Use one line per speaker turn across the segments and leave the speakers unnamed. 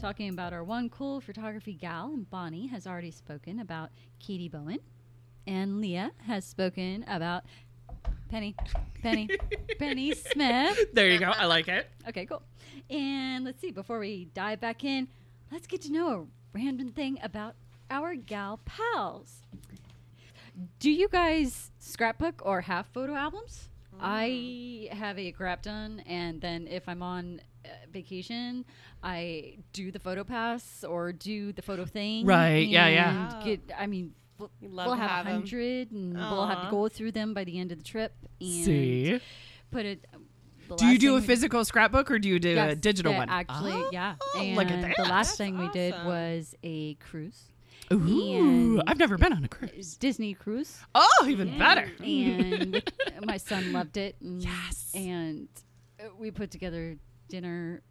talking about our one cool photography gal. And Bonnie has already spoken about Katie Bowen, and Leah has spoken about Penny, Penny, Penny Smith.
There you go. I like it.
Okay, cool. And let's see, before we dive back in, let's get to know a random thing about our gal pals. Do you guys scrapbook or have photo albums?
Mm.
I have a grab done, and then if I'm on uh, vacation, I do the photo pass or do the photo thing.
Right, yeah, yeah.
and Get, I mean, we'll,
You'd love
we'll
to
have
have
a
'em.
hundred, and we'll have
Aw.
to go through them by the end of the trip. And
See?
put it. um, the
Do you
last
do
thing
a
we-
physical scrapbook or do you do a
Yes,
digital
yeah,
one?
Actually,
Oh,
yeah. And
look at
the
that.
last
That's
thing we did
awesome.
was a cruise,
Ooh,
and-
I've never been on a cruise.
Disney cruise,
Oh, even better.
and with- my son loved it. And,
Yes.
and uh, we put together dinner,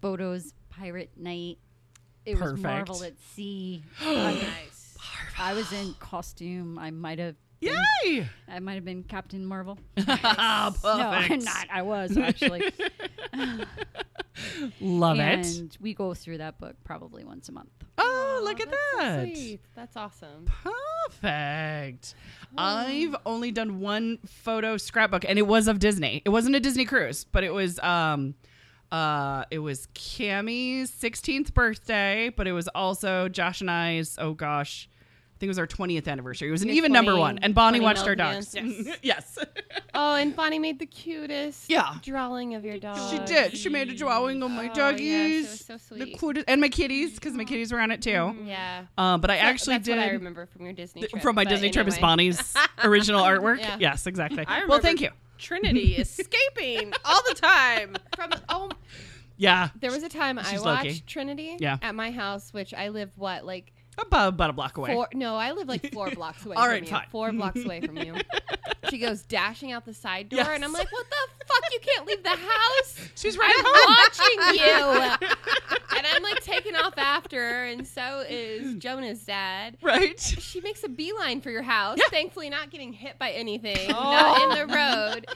photos, pirate night. It was Marvel
Perfect.
at sea. I, mean,
Nice.
I was in costume. I might have.
Yay!
I might have been Captain Marvel.
Ah,
No, I'm
perfect.
not. I was actually.
Love it.
and we go through that book probably once a month.
Oh, look at
that's so
that.
sweet. That's awesome.
Perfect.
Hmm.
I've only done one photo scrapbook and it was of Disney. It wasn't a Disney cruise, but it was um uh it was Cammy's 16th birthday, but it was also Josh and I's oh gosh, I think it was our 20th anniversary. It was an
Your
even number
20
one and Bonnie
20
watched our
millions.
dogs. Yes.
Oh, and Bonnie made the cutest
Yeah.
drawing of your dog.
She did. She made a drawing of my
Oh, yes, it
doggies.
was so
The
sweet.
cutest and my kitties cuz my kitties were on it too.
Yeah.
Um, but I actually
That's
did
what I remember from your Disney trip.
from my
but
Disney trip is
anyway.
Bonnie's original artwork.
Yeah.
Yes, exactly.
I
well,
remember
thank you.
Trinity escaping all the time.
From oh,
Yeah,
there was a time I
She's
watched
Loki.
Trinity
Yeah.
at my house, which I live what like
about about a block away.
Four, no, I live like four blocks away.
All
from
right,
you.
fine.
Four blocks away from you. She goes dashing out the side door, and I'm
Yes.
like, "What the fuck? You can't leave the house.
She's right
I'm
at home.
watching you." And I'm like taking off after, her, and so is Jonah's dad.
Right.
She makes a beeline for your house. Thankfully, not getting hit by anything,
Oh.
not in the road.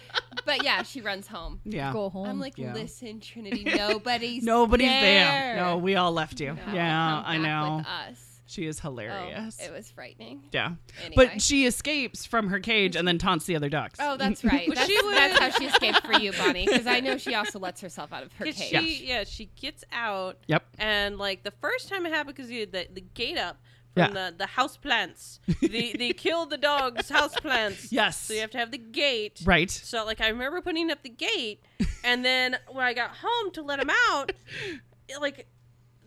But yeah, she runs home.
Yeah.
Go home.
I'm like,
Yeah.
"Listen, Trinity, nobody's
Nobody's there.
there.
No, we all left you.
No,
yeah,
come
I
back
know.
With us.
She is
Oh,
hilarious.
it was frightening.
yeah.
Anyway.
But she escapes from her cage and then taunts the other dogs.
Oh, that's right.
Well,
That's,
she would-
that's how she escaped for you, Bonnie, because I know she also lets herself out of her
'Cause
cage.
She, yeah, she gets out.
Yep.
And like the first time it happened, because you had the, the gate up from the, the house plants. they, they killed the dogs, house plants.
Yes.
So you have to have the gate.
Right.
So like I remember putting up the gate, and then when I got home to let him out, it, like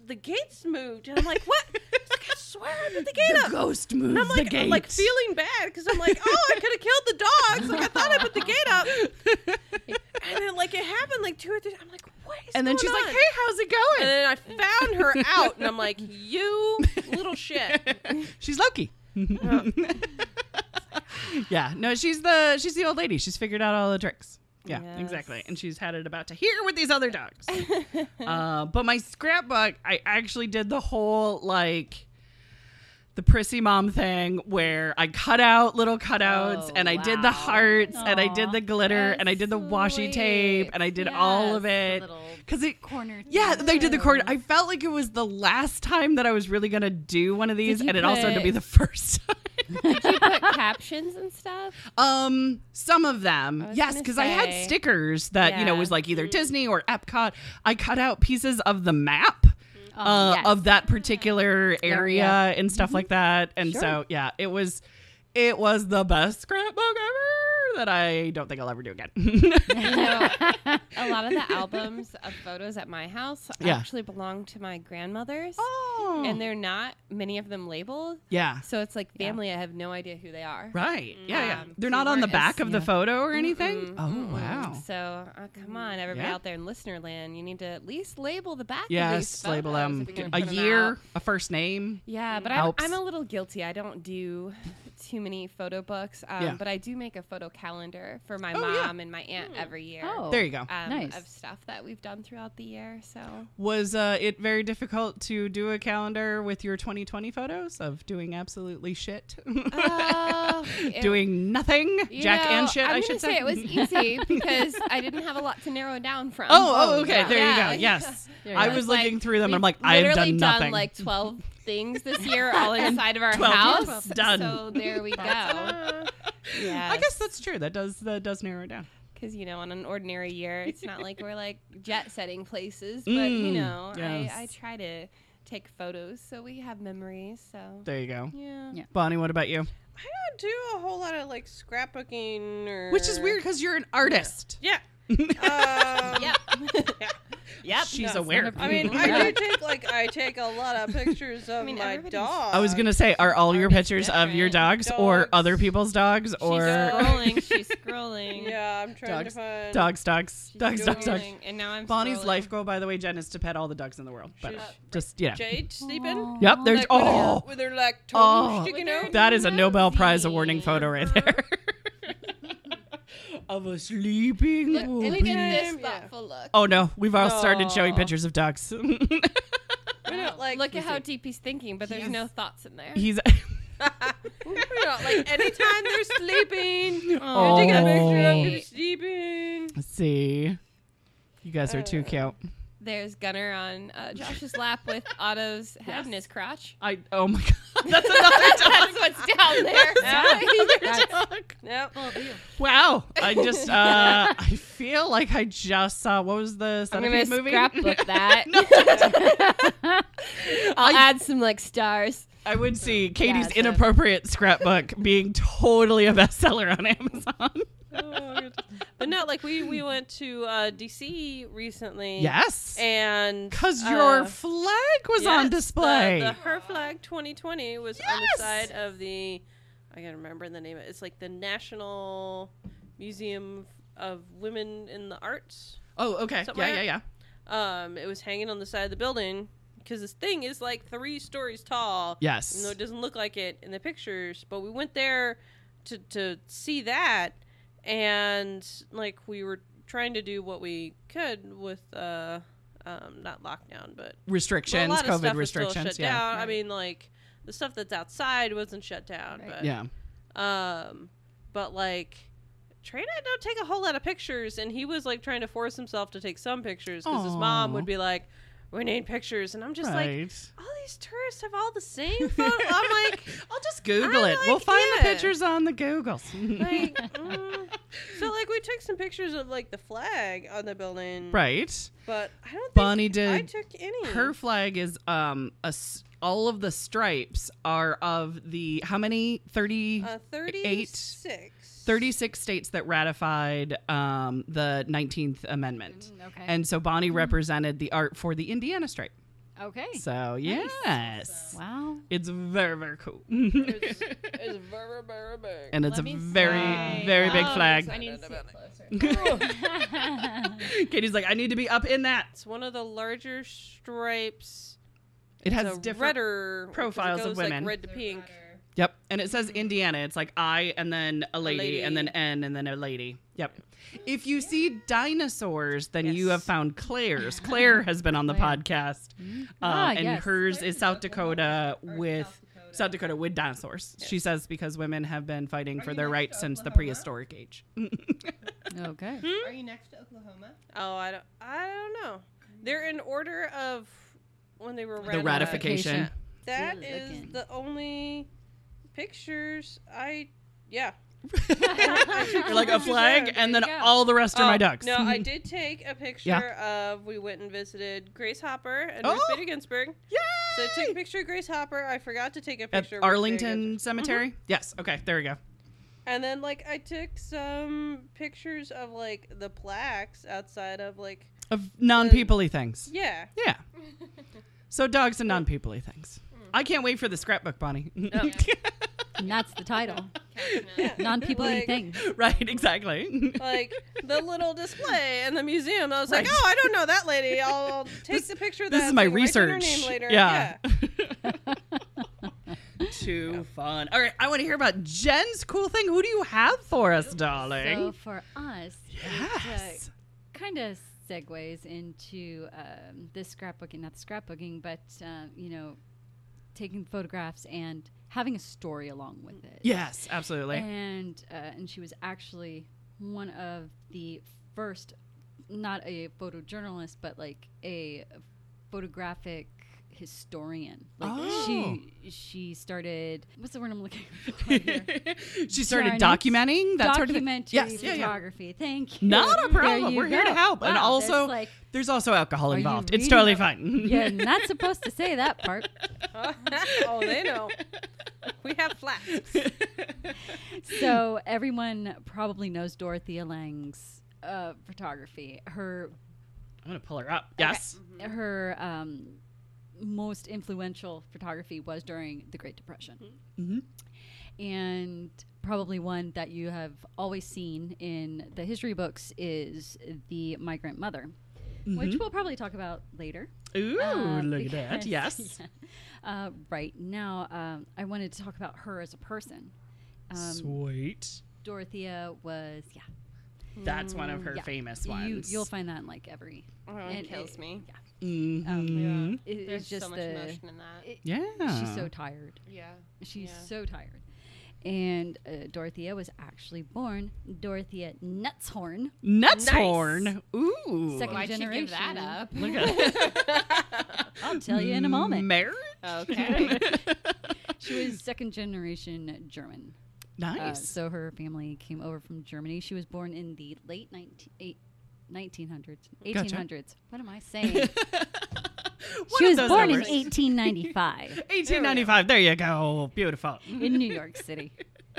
the gates moved, and I'm like, what? It's like, I swear I put the gate
The
up.
ghost moves
And I'm like,
the gate.
I'm like feeling bad because I'm like, oh, I could have killed the dogs. Like I thought I put the gate up, and then like it happened like two or three. I'm like, what is
and then
going
she's like,
on?
"Hey, how's it
And
going?"
then I found her out, and I'm like, "You little shit!"
She's Loki. yeah. No, she's the she's the old lady. She's figured out all the tricks. Yeah,
Yes.
exactly. And she's had it about to here with these other dogs. uh, but my scrapbook, I actually did the whole like the prissy mom thing where I cut out little cutouts
Oh,
and I did the
wow.
hearts and I did
Aw,
the glitter
that's
and I did the washi tape
sweet.
and I did all of
Yes,
it
the little
because it
corner.
yeah,
thing.
they did the chord. I felt like it was the last time that I was really gonna do one of these,
you
and it also had to
put-
be the first time.
Did you put captions and stuff?
um, some of them,
was
yes,
gonna
because I had
say.
stickers that you know
Yeah. Mm.
was like either Disney or Epcot. I cut out pieces of the map.
Oh,
Uh,
yes.
Of that particular area
Area.
Mm-hmm.
and stuff like that, and so yeah, it was, it was the best scrapbook ever. that I don't think I'll ever do again.
So, a lot of the albums of photos at my house
Yeah.
actually belong to my grandmother's.
oh,
And they're not many of them labeled.
yeah,
So it's like family, I have no idea who they are.
right, yeah, yeah.
Um,
They're
so
not on the
we're-
back of the
yeah.
photo or anything.
Mm,
Oh
mm, mm.
wow. Mm.
So uh, come on, everybody
Yeah.
out there in listener land, you need to at least label the back. of these
Yes,
photos
label them
if you're gonna
a
put 'em out.
year, a first name.
Yeah, but I'm,
Helps.
I'm a little guilty. I don't do too many photo books, um,
Yeah.
but I do make a photo calendar for my
Oh, yeah.
mom and my aunt every year.
Oh.
There you go.
Um,
Nice.
Of stuff that we've done throughout the year. So
Was uh, it very difficult to do a calendar with your 2020 photos of doing absolutely shit,
Uh, it-
doing nothing,
you
Jack
know,
and shit?
I'm
I
gonna
should Mm-hmm.
say it was easy because I didn't have a lot to narrow down from.
Oh, oh, okay.
Yeah.
There
Yeah.
you go. Yes.
There you
I
go.
was
Like,
looking through them.
We've
I'm like, I have
literally
done nothing.
like 12 things this year all inside of our
12
house.
years. Done.
So there we go. yeah.
I guess that's true. That does that does narrow it down.
Because, you know, on an ordinary year, it's not like we're like jet setting places, but,
Mm,
you know,
yes.
I, I try to take photos so we have memories. So,
There you go.
yeah.
Yeah.
Bonnie, what about you?
I don't do a whole lot of like scrapbooking or
Which is weird because you're an artist.
Yeah. um,
Yep. yep.
She's
No,
aware.
I mean, I do take like I take a lot of pictures of
mean,
my
everybody's-
dog.
I was gonna say, are all your
Artist
pictures of your dogs or
Dogs.
other people's dogs
She's
or
scrolling. She's scrolling.
Yeah, I'm trying
Dogs.
to find
dogs, dogs,
She's
dogs, dogs, dogs?
scrolling, And now I'm
Bonnie's
scrolling.
life goal, by the way, Jen, is to pet all the dogs in the world. But
She's-
just yeah.
Jade sleeping.
Yep. There's
Like,
oh,
with her, with her like tongue
Oh.
sticking
With her-
out.
that is a Nobel Prize
Nosy.
awarding photo right there. of a sleeping
Look, look
puppy.
at this
Yeah.
thoughtful look.
Oh no, we've all started showing
Aw.
pictures of ducks.
We don't, like
Look at how deep he's thinking, but there's no thoughts in there.
He's
we don't, like anytime they're sleeping.
Oh.
You take a picture of them sleeping.
let's see. You guys are
Uh,
too cute.
There's Gunner on uh, Josh's lap with Otto's head in his crotch.
I oh my god, that's
That's what's down there.
another dog.
Yep.
Wow, I just uh, I feel like I just saw what was the
I'm
centipede
gonna
movie?
scrapbook that. I'll add some like stars.
I would see Katie's
it's a-
inappropriate scrapbook being totally a bestseller on Amazon.
Oh, but no, like we we went to uh, DC recently.
Yes,
And
because
uh,
your flag was
yes,
on
the-
display.
The, her flag 2020 was on
Yes!
the side of the. I gotta remember the name. of it. It's like the National Museum of Women in the Arts.
oh, okay,
Something
yeah,
like
yeah,
that.
yeah.
Um, it was hanging on the side of the building because this thing is like three stories tall.
Yes.
even though it doesn't look like it in the pictures. But we went there to to see that, and like we were trying to do what we could with uh, um, not lockdown, but well,
Restrictions,
a lot of
COVID
stuff was still
restrictions.
shut
Yeah,
down. I mean, like the stuff that's outside wasn't shut down, but
yeah.
um, but like. Trey and I don't take a whole lot of pictures, and he was like trying to force himself to take some pictures because his mom
Aw.
would be like, "We need pictures," and I'm just like,
right.
"All these tourists have all the same photo." I'm like,
I'll just Google
I
it. we'll
like-
find the
yeah.
pictures on the Googles.
like, mm. so like we took some pictures of like the flag on the building,
right.
But I don't think
Bonnie
I
did
took any.
Her flag is um a s- all of the stripes are of the how many 30
uh,
36
36.
36 states that ratified um the 19th amendment.
Mm, okay.
And so Bonnie represented the art for the Indiana stripe.
okay.
So yes.
Wow.
It's very very cool.
It's, it's very, very big.
and it's
Let
a
me
very
see.
very big
Oh,
flag.
I need to see it closer.
Katie's like I need to be up in that.
It's one of the larger stripes.
It
It's
has
a
different
redder 'cause it
profiles of
goes,
women.
Like red to pink.
Yep. And it says Indiana. It's like I and then a lady,
lady.
and then N and then a lady. Yep. If you see dinosaurs, then you
Yes.
have found Claire's. Claire has been on the podcast. Um,
Ah,
and
yes.
hers is South Dakota with South Dakota. with dinosaurs. She says because women have been fighting for their rights since the prehistoric age.
Okay.
Are you next to Oklahoma?
Oh, I don't. I don't know. They're in order of when they were
the
ratified.
ratification.
Ratification.
That
Good
is
looking.
the only pictures I. Yeah.
You're like a flag, and then
There you go.
all the rest are my
Oh,
ducks.
No, I did take a picture of. We went and visited Grace Hopper and Ruth
Oh!
Bader Ginsburg. So I
Yay!
took a picture of Grace Hopper. I forgot to take a
At
picture of Ruth Bader
Arlington
Ginsburg.
Cemetery? Yes. Okay, there we go.
And then like I took some pictures of like the plaques outside of like
Of non peoply things.
yeah.
Yeah. So dogs and non peoply things. I can't wait for the scrapbook, Bonnie.
Oh.
And that's the title.
Catchment.
Non people
Like-
things.
right, exactly.
Like the little display in the museum. I was like,
Right.
"Oh, I don't know that lady. I'll take the picture of that.
this is my
so you write down her
research.
name later.
Yeah. Too fun. All right, I want to hear about Jen's cool thing. Who do you have for us,
So
darling?
for us,
yes.
kind of segues into um, this scrapbooking, not the scrapbooking, but, um, you know, taking photographs and having a story along with it.
Yes, absolutely.
and uh, and she was actually one of the first, not a photojournalist, but like a photographic historian. Like
Oh.
she she started. What's the word I'm looking for here?
she started
Trying to-
documenting that sort of thing.
documentary
Yes, yeah, yeah.
photography. Thank you.
Not
There
a problem.
you
We're here to
go.
help. and
Wow,
also,
that's like,
there's also alcohol
are you
involved. It's
reading
totally
about-
fine.
yeah, not supposed to say that part.
oh, they know. We have flaps.
so everyone probably knows Dorothea Lange's uh, photography. Her
I'm going to pull her up. Yes.
her um, most influential photography was during the Great Depression.
Mm-hmm.
Mhm.
And probably one that you have always seen in the history books is The Migrant Mother,
Mm-hmm.
which we'll probably talk about later.
Mm-hmm. Ooh,
Uh,
look at that.
because-
Yes.
Uh, right now, um, I wanted to talk about her as a person. Um,
Sweet.
Dorothea was, yeah,
That's one of her
Mm, yeah.
famous
you,
ones.
you'll find that in like every.
Oh,
and
it kills me.
Yeah, um,
Mhm.
it-
There's
it's just
so much
the.
emotion in that.
it-
yeah.
She's so tired.
yeah.
She's
Yeah.
so tired. And uh, Dorothea was actually born Dorothea Nutshorn.
Nuts
Nice.
horn. Ooh.
Second
Why'd she give that
generation.
up?
Look at
I'll tell you in a moment.
Marriage?
Okay.
She was second generation German. Uh,
nice.
so her family came over from Germany. She was born in the late 19, eight- 1900s, 1800s. What am I saying? she
of
was
those
born
numbers.
in 1895
1895. There you go. Beautiful.
in New York City.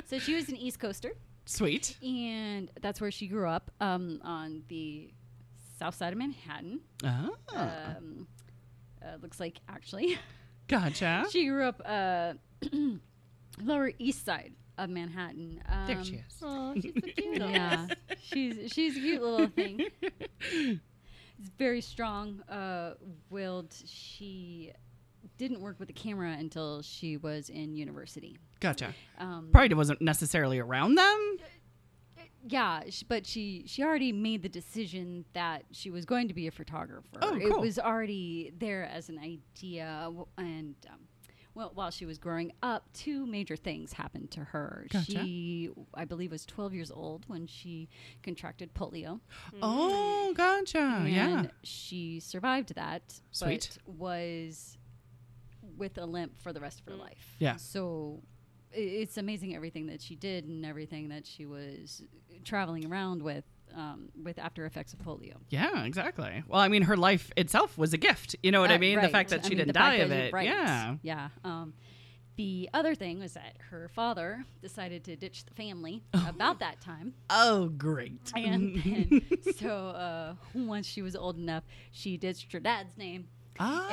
So she was an East Coaster.
Sweet.
and that's where she grew up um, on the south side of Manhattan.
Ah,
Um, uh, looks like actually
gotcha.
she grew up uh, lower east side of Manhattan. Um,
there she is.
Oh, she's so cute.
Yeah, she's she's a cute little thing. It's very strong uh, willed. She didn't work with the camera until she was in university.
Gotcha.
Um,
Probably wasn't necessarily around them.
Yeah, sh but she she already made the decision that she was going to be a photographer.
Oh,
It
cool.
was already there as an idea, w- and um, well, while she was growing up, two major things happened to her.
Gotcha.
She, I believe, was twelve years old when she contracted polio,
Oh, gotcha. yeah.
Mm-hmm. and she survived that.
Sweet.
but was with a limp for the rest of her life.
Yeah.
So i- it's amazing everything that she did and everything that she was traveling around with um, with after effects of polio.
Yeah, exactly. Well, I mean, her life itself was a gift. You know what I
Uh,
mean? The
right.
fact that
I
she
mean,
didn't
the fact
die of
that-
it.
right.
Yeah.
Yeah. Um, the other thing was that her father decided to ditch the family about that time.
Oh, great.
And then, so uh, once she was old enough, she ditched her dad's name,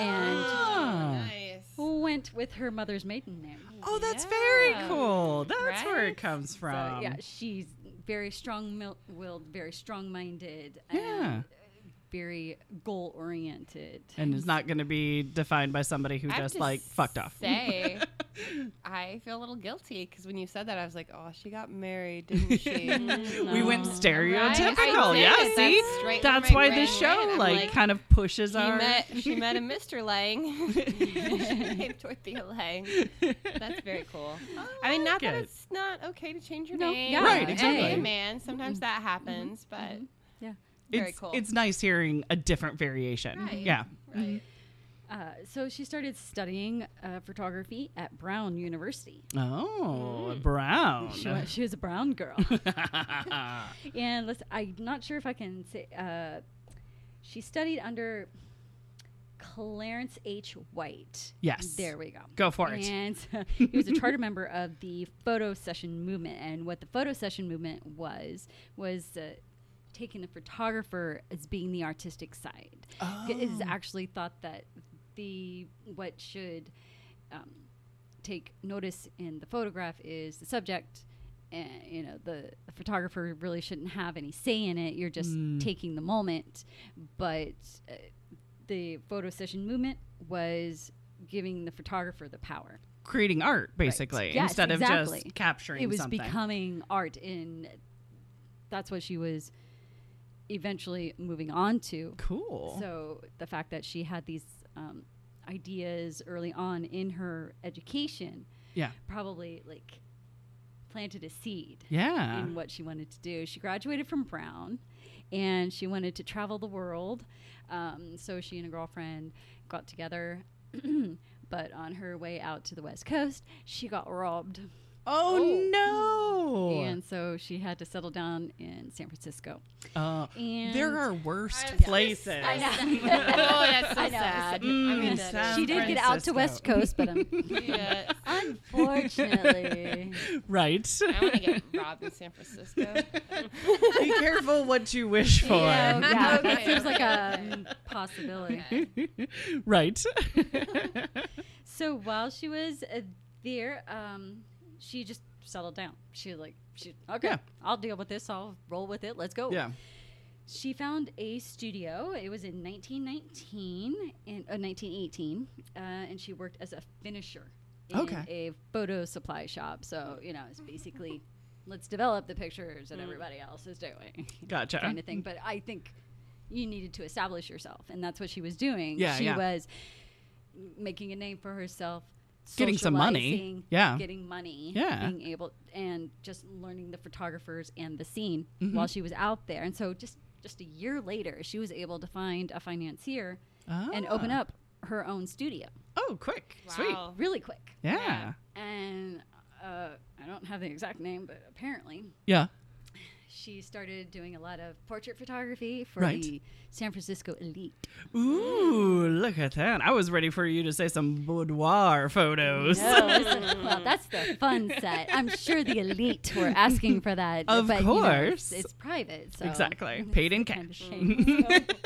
Ah.
Nice.
went with her mother's maiden name.
Oh, that's very
Yeah.
cool. That's where it
Right?
comes
So,
from.
yeah, she's very strong-willed, very strong-minded,
Yeah.
and very goal-oriented.
And is not going to be defined by somebody who
I have
just
to
like fucked off.
Say, I feel a little guilty because when you said that, I was like, "Oh, she got married, didn't she?"
We went
No.
stereotypical.
I did.
yeah,
That's
see?
straight from
That's
my
why this
brain, right?
show
I'm
like,
like,
kind of pushes
He
our
met, she met a Mr. Lang. She named Dorothea Lang. That's very cool. I mean, not
like
that
it.
it's not okay to change your
No,
name.
yeah.
Right,
and be
exactly.
a man. Sometimes that happens, but
Yeah.
very
it's,
cool.
it's nice hearing a different variation.
Right.
Yeah.
right.
Uh, so she started studying uh, photography at Brown University.
Oh,
Mm.
brown.
She was, she was a brown girl, and let's, I'm not sure if I can say. Uh, she studied under Clarence H. White.
Yes.
There we go.
Go for it.
And so he was a charter member of the photo session movement. And what the photo session movement was, was uh, taking the photographer as being the artistic side. It
Oh.
is actually thought that the what should um, take notice in the photograph is the subject. And you know the, the photographer really shouldn't have any say in it. You're just taking the moment, but uh, the photo session movement was giving the photographer the power.
Creating art, basically,
Yes,
instead of
exactly.
just capturing
it was
something.
becoming art, and that's what she was eventually moving on to.
cool.
So the fact that she had these um, ideas early on in her education
yeah.
probably like planted a seed
Yeah.
in what she wanted to do. She graduated from Brown and she wanted to travel the world. Um, so she and a girlfriend got together. but on her way out to the West Coast, she got robbed.
Oh, no.
oh. And so she had to settle down in San Francisco.
Uh,
And
there are worse
I-
places.
I know.
oh, that's so
I know.
sad. I
Mm,
mean, that
sad.
is-
she did get out
Francisco.
to West Coast, but um,
yeah.
unfortunately,
Right.
I want to get robbed in San Francisco.
Be careful what you wish for.
yeah, Oh, yeah, that
Okay,
seems like
okay,
a um, possibility.
right.
So while she was uh, there, um, she just settled down. She like, she okay,
Yeah.
I'll deal with this. I'll roll with it. Let's go.
yeah.
She found a studio. It was in 1919 and uh, 1918, uh, and she worked as a finisher in
Okay.
a photo supply shop. So you know, it's basically let's develop the pictures
Mm.
that everybody else is doing
Gotcha.
kind of thing. But I think you needed to establish yourself, and that's what she was doing.
Yeah,
she
yeah.
was making a name for herself,
Getting some money.
socializing,
Yeah.
getting money,
Yeah.
being able and just learning the photographers and the scene
Mm-hmm.
while she was out there. And so just just a year later, she was able to find a financier and open
Ah.
up her own studio
Oh, quick. Sweet.
Wow.
really quick.
Yeah.
And uh, I don't have the exact name, but apparently
Yeah.
she started doing a lot of portrait photography for
Right.
the San Francisco elite.
Ooh, look at that. I was ready for you to say some boudoir photos.
Oh.
listen, well, that's the fun set. I'm sure the elite were asking for that.
Of
but, you know, it's-
course.
it's, private. So
Exactly. Mm-hmm. Paid in
kind of
cash.
thing.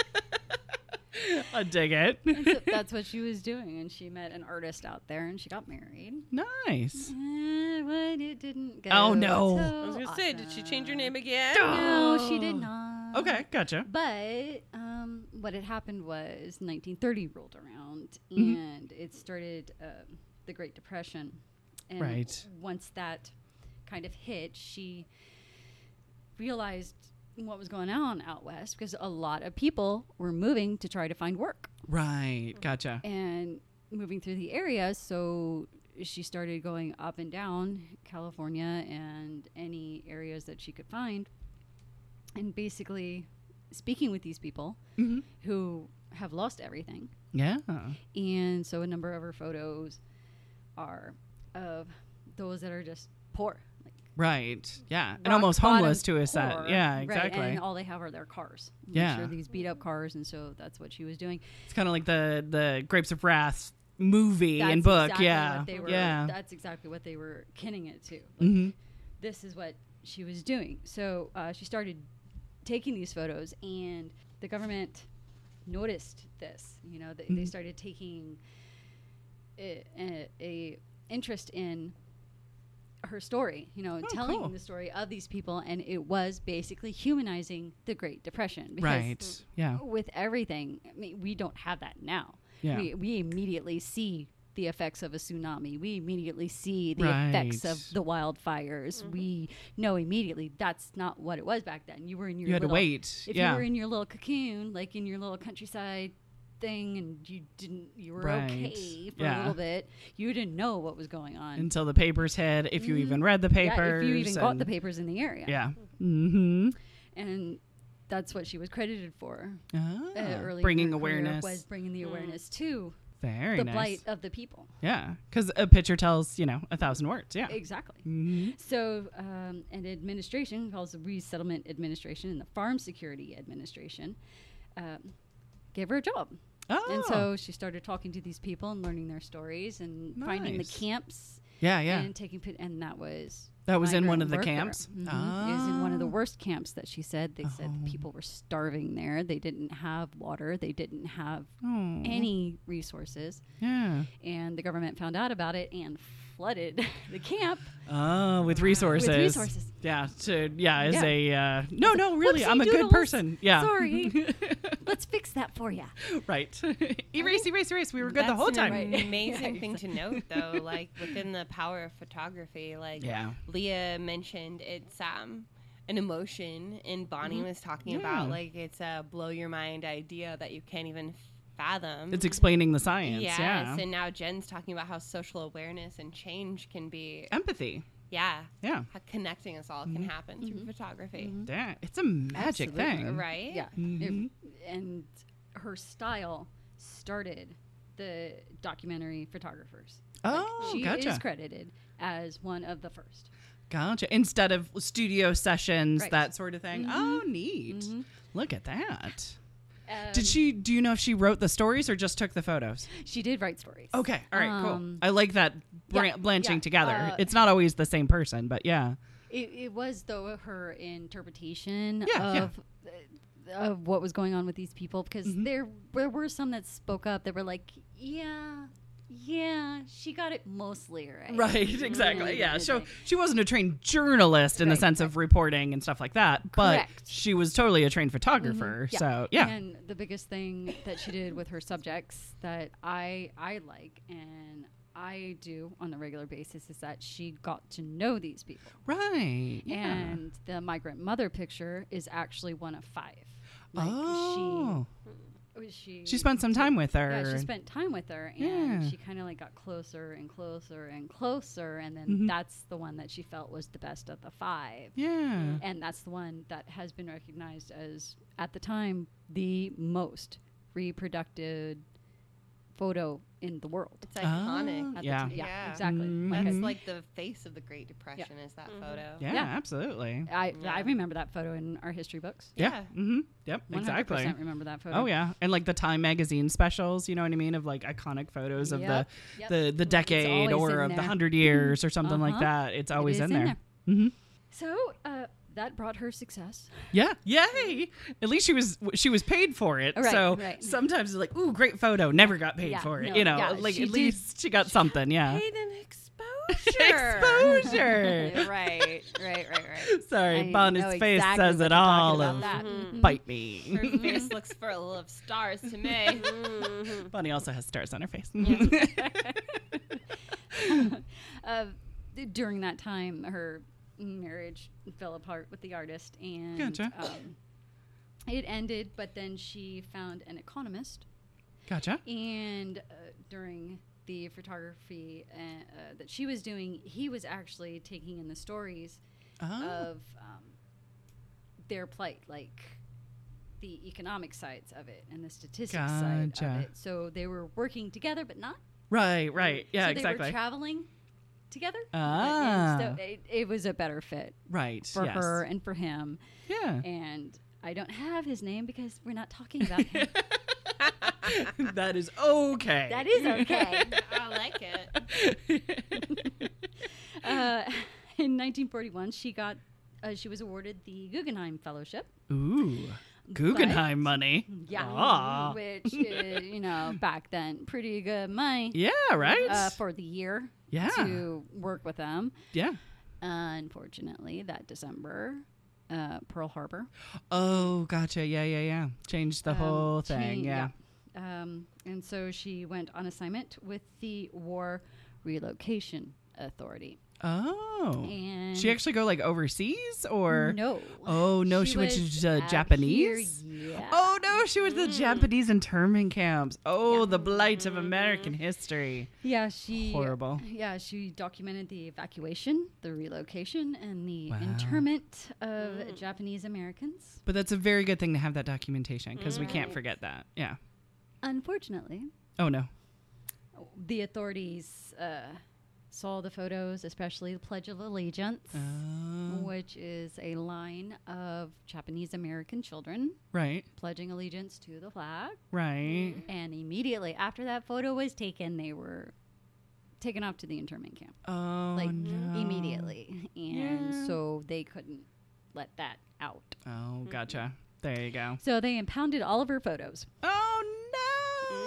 I dig it.
So that's what she was doing, and she met an artist out there, and she got married.
Nice.
Uh, but it didn't go.
Oh, no.
I was
so
gonna say, did she change her name again?
awesome. No, she did
Oh.
not.
Okay, gotcha.
But um, what had happened was 1930 rolled around and it started um the Great Depression. And
Right.
Once that kind of hit, she realized what was going on out west because a lot of people were moving to try to find work
Right, gotcha.
and moving through the area. So she started going up and down California and any areas that she could find, and basically speaking with these people
Mm-hmm.
who have lost everything.
Yeah.
And so a number of her photos are of those that are just poor. like
Right. Yeah. And
rock
almost homeless
bottom
to a set.
poor,
Yeah,
right,
exactly.
and all they have are their cars. Which
Yeah.
are these beat up cars, and so that's what she was doing.
It's kind of like the the Grapes of Wrath movie and
That's
book.
exactly
yeah,
what they were-
yeah,
That's exactly what they were kinning it to. Like,
Mhm.
This is what she was doing. So uh, she started taking these photos, and the government noticed this. You know, they,
Mm-hmm.
they started taking a, a, a interest in her story. You know,
Oh,
telling
cool.
the story of these people, and it was basically humanizing the Great Depression. because
right. Yeah,
with everything. I mean, we don't have that now.
Yeah.
We, we immediately see the effects of a tsunami. We immediately see the effects
Right.
of the wildfires. We know immediately that's not what it was back then. You were in your
you had to
little,
wait.
If
yeah,
you were in your little cocoon, like in your little countryside thing, and you didn't, you were
Right.
okay for
Yeah.
a little bit. You didn't know what was going on.
until the papers hit. If you even read the papers,
Mm-hmm. yeah, if you even got the
and-
papers in the area,
Yeah. Mm-hmm.
and that's what she was credited for. Uh, early in
Ah, bringing
her career
awareness.
was bringing the awareness to
Very
the
nice.
plight of the people.
Yeah, because a picture tells you know a thousand words. Yeah.
Exactly.
Mhm.
So, um, an administration calls the Resettlement Administration and the Farm Security Administration um, gave her a job.
Oh.
And so she started talking to these people and learning their stories and finding the
Nice.
camps
yeah, yeah.
and taking pic- and that was
That was in one
migrant
of the
worker.
camps?
Mhm. It was in one of the
Ah.
worst camps that she said. They said
Oh.
the people were starving there. They didn't have water. They didn't have
Oh,
any resources.
yeah.
And the government found out about it and flooded the camp
Oh, with resources.
with resources.
Yeah, to yeah, as
Yeah.
a uh, no, no, really,
Whoopsie
I'm a good
doodles.
person. Yeah,
Sorry. Let's fix that for you.
right. erase, erase, erase. We were good
That's
the whole
an
time.
right.
Amazing
Yeah,
thing to note, though, like within the power of photography, like
Yeah.
Leah mentioned, it's um an emotion, and Bonnie was talking about
Mm-hmm. Yeah.
like it's a blow your mind idea that you can't even fathom.
It's explaining the science.
yes,
yeah,
and now Jen's talking about how social awareness and change can be,
empathy.
yeah,
Yeah, Mm-hmm.
how connecting us all can happen through photography,
yeah. It's a magic
Mm-hmm. Absolutely.
thing.
right?
Yeah.
Mhm.
It- and her style started the documentary photographers.
Oh,
she
gotcha,
is credited as one of the first.
gotcha. Instead of studio sessions,
Right. Mm-hmm.
that sort of thing. Oh, neat. Look at that.
Um,
Did she? Do you know if she wrote the stories or just took the photos?
She did write stories.
Okay, all right,
Um,
cool. I like that bran-
yeah,
blanching
yeah,
together.
uh,
it's not always the same person, but yeah.
It, it was though her interpretation
Yeah, Mm-hmm. yeah.
of uh, of what was going on with these people because there there were some that spoke up that were like, yeah, yeah, she got it mostly right.
Right, exactly.
Really
Yeah.
good
So
thing.
she wasn't a trained journalist in the
Right,
sense of reporting and stuff like that, but
Correct. Mm-hmm,
she was totally a trained photographer. So, yeah.
And the biggest thing that she did with her subjects that I I like and I do on a regular basis is that she got to know these people.
right. Yeah.
And the migrant mother picture is actually one of five. Like
oh.
she, she
She, spent some time with her.
yeah, she
and-
spent time with her and
Yeah.
she kind of like got closer and closer and closer and then
Mm-hmm.
that's the one that she felt was the best of the five.
yeah.
And that's the one that has been recognized as, at the time, the most reproducted photo in the world.
It's iconic.
Oh,
At
yeah.
The time. yeah,
Yeah.
exactly.
Mhm.
Like
That's
I-
like the face of the Great Depression is that photo.
yeah.
yeah.
absolutely.
I,
Yeah.
I remember that photo in our history books.
Yeah. Mm-hmm. Yep,
100%
exactly.
remember that photo.
Oh yeah, and like the Time magazine specials, you know what I mean, of like iconic photos of
Yep,
the
yep.
the the
It's
decade
always
or
in
of the
there.
hundred years or something like
Uh-huh.
that. It's always
is
in,
in
there.
there.
Mm-hmm.
So uh, that brought her success.
Yeah. Yay. At least she was she was paid for it.
Right,
so
right.
sometimes it's like, ooh, great photo. Never got paid
Yeah,
for it.
no,
you know,
yeah,
like
she
at
did-
least she got something. Yeah.
Paid an exposure.
Exposure.
right, right, right, right.
Sorry,
I
Bonnie's
know
face
exactly
says
what
it
you're talking
all.
about
of
that. Mm-hmm.
Bite me.
Her face looks full of stars to me.
Hmm.
Bonnie also has stars on her face.
uh, during that time, her marriage fell apart with the artist, and
Gotcha.
um, it ended. But then she found an economist,
gotcha.
and uh, during the photography uh, uh, that she was doing, he was actually taking in the stories
Oh.
of um, their plight, like the economic sides of it and the statistics side
Gotcha.
of it. So they were working together, but not
right. Right. Yeah.
so They
exactly.
were traveling together. but
Ah.
instead- it, it was a better fit
right.
for
yes.
her and for him.
Yeah.
And I don't have his name because we're not talking about him.
that is okay.
that is okay.
I like it.
uh, in 1941, she got. Uh, she was awarded the Guggenheim Fellowship,
Ooh. Guggenheim money.
yeah,
Ah.
which is, you know back then pretty good money
Yeah. Right.
uh, for the year
Yeah.
to work with them.
yeah.
Unfortunately, that December, uh, Pearl Harbor
Oh, gotcha. Yeah, yeah, yeah. Changed the
um,
whole thing.
chain-
yeah.
yeah. Um, and so she went on assignment with the War Relocation Authority.
Oh.
And
she actually go like overseas or?
no.
Oh, no. She, went
was
to the
out
Japanese?
here, yeah.
Oh, no. She was the
Mm.
Japanese internment camps. Oh, the blight of American history.
Mm-hmm. yeah, she
Horrible.
Yeah, she documented the evacuation, the relocation, and the
Wow.
internment of Japanese Americans.
But that's a very good thing to have that documentation because we
Mm.
can't forget that. Yeah.
Unfortunately,
Oh, no.
the authorities uh, saw the photos, especially the Pledge of Allegiance,
Uh,
which is a line of Japanese American children
right,
pledging allegiance to the flag.
right.
And immediately after that photo was taken, they were taken off to the internment camp.
Oh,
like
no.
immediately. And
Yeah.
so they couldn't let that out.
Oh,
Mm-hmm.
gotcha. There you go.
So they impounded all of her photos.
Oh no.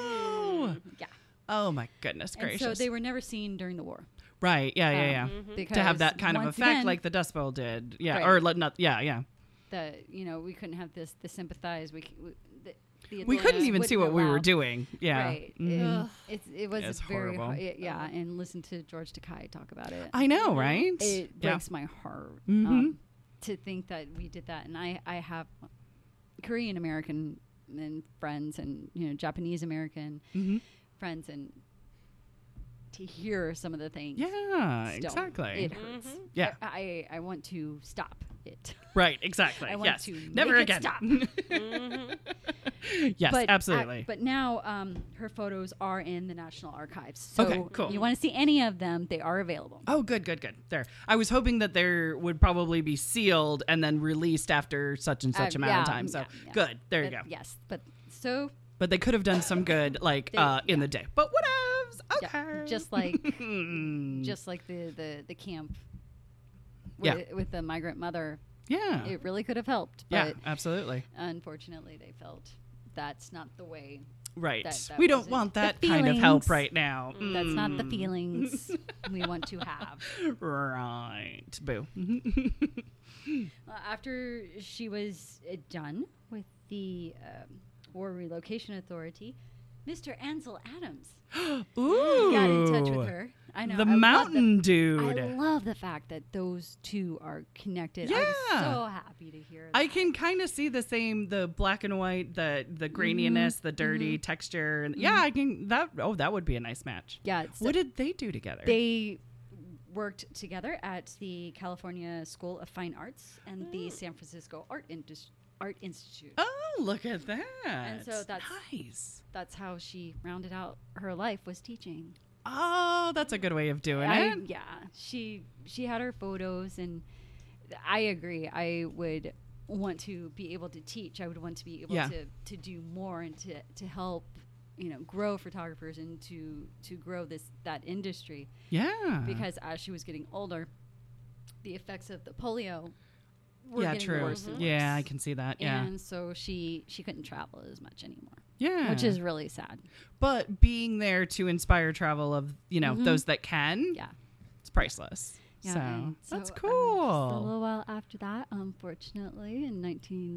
Mm, Yeah.
Oh my goodness
And
gracious.
so they were never seen during the war.
right. Yeah, yeah,
um,
yeah.
Because
To have that kind of
once
effect
again,
like the Dust Bowl did. Yeah,
Right.
or let not yeah, yeah.
the you know, we couldn't have this the sympathize we, c- we the, the
We couldn't
authorities
even see what
wouldn't
we were
allow-
doing. Yeah.
Right.
Mhm.
It, it's- it was
It's
very
horrible.
hard. yeah, and listen to George Takai talk about it.
I know, right?
Mm-hmm. it
yeah.
breaks my heart
Mhm.
um, to think that we did that. And I, I have Korean American and friends, and you know Japanese American
Mhm.
friends, and to hear some of the things.
Yeah,
still,
exactly.
It hurts.
Yeah.
I, I want to stop it.
Right, exactly.
I want
yes.
to
Never
make it
again.
stop.
Mm-hmm.
yes,
but I-
absolutely.
but now um, her photos are in the National Archives. So
Okay, cool.
you want to see any of them, they are available.
Oh, good, good, good. There. I was hoping that there would probably be sealed and then released after such and such
Uh,
amount of
yeah,
time. So
yeah, yeah.
good. There you go.
But Yes, but so
But they could have done some good, like
They-
uh, in
yeah.
the day. But whatevs.
yeah,
Okay.
just like
Hmm.
just like the the the camp
Yeah.
with, with the migrant mother
yeah,
it really could have helped
yeah,
but
absolutely.
unfortunately they felt that's not the way
Right.
that- that
we don't
wasn't-
want
the
that kind of help
feelings.
right now.
that's not the
Mm.
feelings we want to have
Right. Boo.
Uh, after she was uh, done with the um, war relocation authority mr ansel adams
Mm-hmm. Ooh.
got in touch with her i know
The
I love
mountain dude.
I love the fact that those two are connected. I was
Yeah.
so happy to hear. That.
I can kind of see the same the black and white, the the
Mm-hmm.
graininess, the dirty texture, and yeah, I can that. Oh, that would be a nice match.
yeah, it's
What did they do together?
They worked together at the California School of Fine Arts and the San Francisco Art Indus- Art Institute.
oh, look at that! And
so that's-
nice.
That's how she rounded out her life was teaching.
Oh, that's a good way of doing
I,
it.
yeah, she she had her photos, and I agree. I would want to be able to teach. I would want to be able
Yeah.
to to do more and to to help you know grow photographers and to to grow this that industry
Yeah,
because as she was getting older, the effects of the polio were
yeah,
getting
true.
worse and worse.
Yeah, I can see that. Yeah,
And so she she couldn't travel as much anymore,
yeah.
which is really sad.
but being there to inspire travel of you know those that can,
Mm-hmm. Yeah.
it's priceless.
Yeah,
so,
and
that's
so, um, just a
cool.
little while after that, unfortunately, in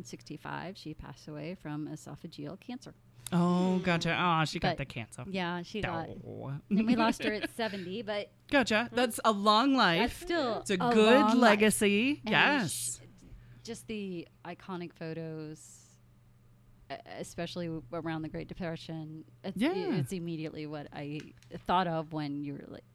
1965, she passed away from esophageal cancer.
oh, gotcha. Oh, she got
But-
the cancer.
Yeah, she got.
Oh.
And we lost her at 70, but
Gotcha. That's a long
Mm-hmm. that's
life.
still
It's a,
long life.
good legacy.
And
yes.
sh- just the iconic photos, e- especially w- around the Great Depression. It's, i-
Yeah.
it's immediately what I thought of when you were like,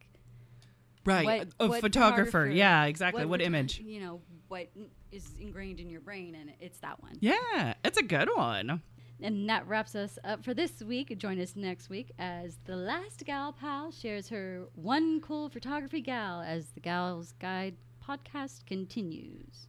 right.
what-
a
what
photographer.
photographer-
Yeah, exactly. What,
photo-
image?
You know, what n- is ingrained in your brain, and it's that one.
Yeah, it's a good one.
And that wraps us up for this week. Join us next week as the last gal pal shares her one cool photography gal as the Gals Guide podcast continues.